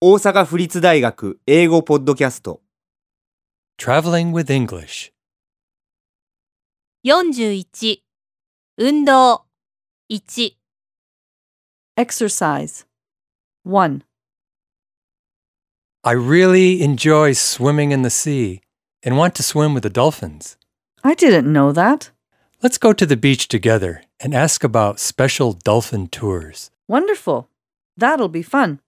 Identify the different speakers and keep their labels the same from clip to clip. Speaker 1: 大阪府立大学英語ポッドキャスト
Speaker 2: Traveling with English.
Speaker 3: 41運動1
Speaker 4: Exercise 1.
Speaker 2: I really enjoy swimming in the sea and want to swim with the dolphins.
Speaker 4: I didn't know that.
Speaker 2: Let's go to the beach together and ask about special dolphin tours.
Speaker 4: Wonderful. That'll be fun.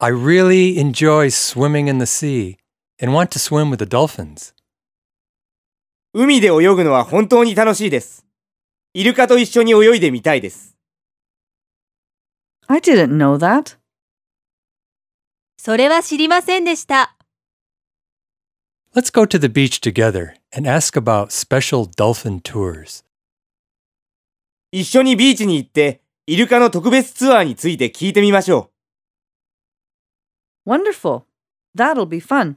Speaker 2: I really enjoy swimming in the sea and want to swim with the dolphins.
Speaker 1: 海で泳ぐのは本当に楽しいですイルカと一緒に泳いでみたいです
Speaker 4: I didn't know that.
Speaker 3: それは知りませんでした。
Speaker 2: Let's go to the beach together and ask about special dolphin tours.
Speaker 1: 一緒にビーチに行ってイルカの特別ツアーについて聞いてみましょ
Speaker 4: Wonderful. That'll be fun.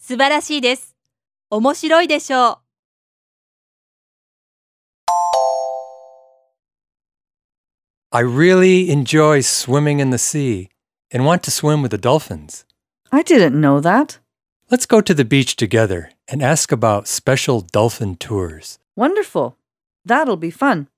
Speaker 3: 素晴らしいです。面白いでしょう。
Speaker 2: I really enjoy swimming in the sea and want to swim with the dolphins.
Speaker 4: I didn't know that.
Speaker 2: Let's go to the beach together and ask about special dolphin tours.
Speaker 4: Wonderful. That'll be fun.